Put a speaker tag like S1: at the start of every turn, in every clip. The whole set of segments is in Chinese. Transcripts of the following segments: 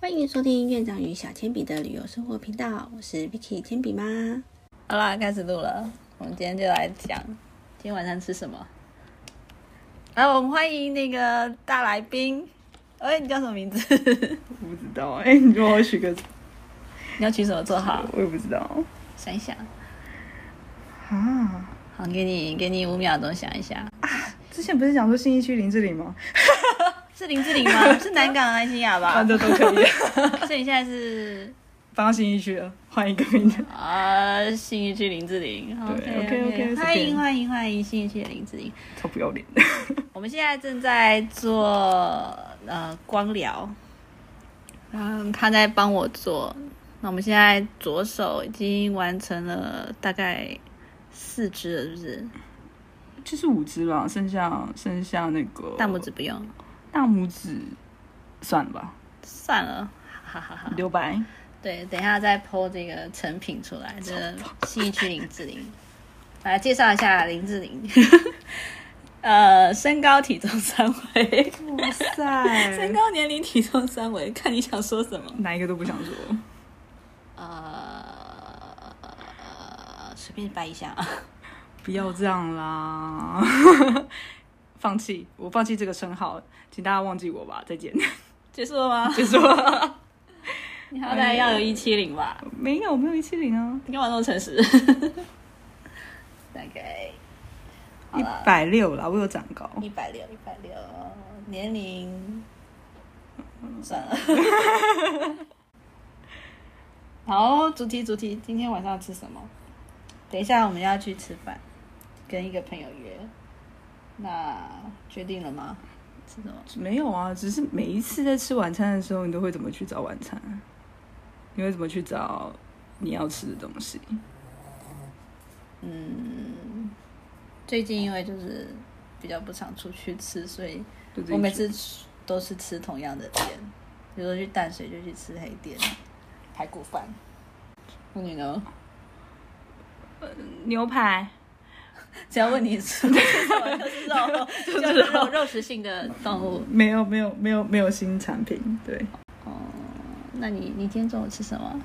S1: 欢迎收听院长与小铅笔的旅游生活频道，我是 Vicky 铅笔妈。
S2: 好啦，开始录了。我们今天就来讲今天晚上吃什么。来，我们欢迎那个大来宾。哎、你叫什么名字？
S1: 我不知 道哎、你帮我取个，
S2: 你要取什么绰号？
S1: 我也不知道
S2: 想一想。
S3: 啊，
S2: 好，给你给你五秒钟想一下。
S3: 之前不是讲说信义区林志玲吗？
S2: 是林志玲吗？是南港安心亚吧？
S3: 啊这都可以，
S2: 所以你现在是
S3: 搬到信义区了，换一个名字。
S2: 啊，信义区林志玲。
S3: OK，OK，随
S2: 欢迎
S3: 便
S2: 欢迎欢迎信义区的林志玲。
S3: 超不要脸。
S2: 我们现在正在做呃光疗，嗯，他在帮我做。那我们现在左手已经完成了大概四只了，是不是？
S3: 就是五只吧，剩下剩下那个
S2: 大拇指，不用，
S3: 大拇指算了吧，
S2: 算了，哈哈哈。
S3: 留白。
S2: 对，等一下再剖这个成品出来，这个西义区林志玲， 来介绍一下林志玲。 呃，身高体重三围，
S3: 哇 塞
S2: 身高年龄体重三围，看你想说什么。
S3: 哪一个都不想说。
S2: 呃，随便掰一下 啊。
S3: 不要这样啦， 放弃，我放弃这个称号，请大家忘记我吧，再见。
S2: 结束了吗？
S3: 就说
S2: 你好歹要有一七零吧？
S3: 没有没有一七零啊，
S2: 你干嘛那么诚 实？大概好
S3: 一
S2: 了，
S3: 百六啦，我有长高。
S2: 一百六，一百六，年龄算了。 好，主题主题，今天晚上要吃什么？等一下我们要去吃饭，跟一个朋友约。那决定了吗？吃什么？
S3: 没有啊，只是每一次在吃晚餐的时候，你都会怎么去找晚餐？你会怎么去找你要吃的东西？
S2: 嗯最近因为就是比较不常出去吃，所以
S3: 就自己
S2: 我每
S3: 去
S2: 次吃都是吃同样的店，比如说去淡水就去吃黑 店排骨饭。那你呢？
S3: 牛排，
S2: 只要问你吃什么，就是肉，就是肉肉食性的动 物。哦
S3: 没有没有没有没有新产品。对，
S2: 那你你今天中午吃什么？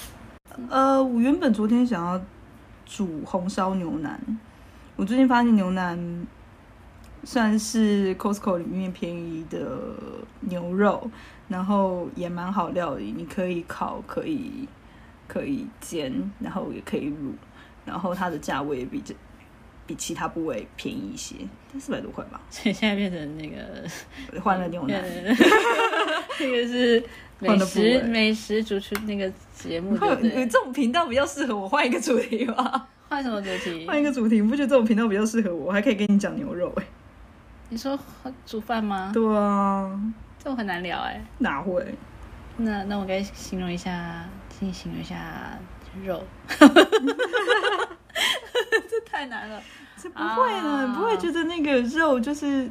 S3: 呃，我原本昨天想要煮红烧牛腩，我最近发现牛腩算是 Costco 里面便宜的牛肉，然后也蛮好料理，你可以烤，可以可以煎，然后也可以卤，然后它的价位也比这比其他部位便宜一些，四百多块吧，
S2: 所以现在变成那个
S3: 换了牛腩。
S2: 这个是美
S3: 换得不
S2: 食
S3: 欸
S2: 美食主持那个节 目，嗯对不
S3: 你这
S2: 对？
S3: 种频道比较适合我换一个主题吧，
S2: 换什么主题？
S3: 换一个主题，你不觉得这种频道比较适合我？我还可以跟你讲牛肉哎、
S2: 你说煮饭吗？
S3: 对啊，
S2: 这我很难聊哎、
S3: 哪会？
S2: 那那我该形容一下，请你形容一下肉。 这太难了。
S3: 这不会
S2: 啊
S3: 呢，你不会觉得那个肉就是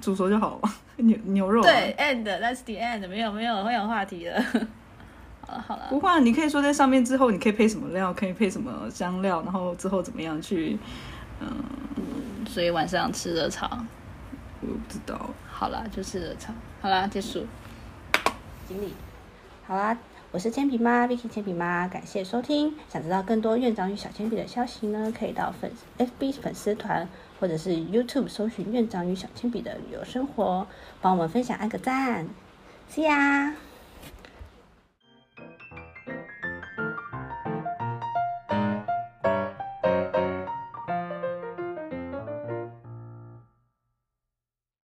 S3: 煮熟就好了 吗？牛牛肉、啊、
S2: 对，，end，that's the end，没有没有，会有话题了。好了好了，
S3: 不会、啊，你可以说在上面之后，你可以配什么料，可以配什么香料，然后之后怎么样去，
S2: 所以晚上吃热炒，
S3: 我不知道。
S2: 好啦，就吃热炒，好啦，结束。
S1: 经理，好啦，我是铅笔妈 Vicky 铅笔妈，感谢收听。想知道更多院长与小铅笔的消息呢，可以到粉 FB 粉丝团或者是 YouTube 搜寻院长与小铅笔的旅游生活，帮我们分享按个赞，See ya。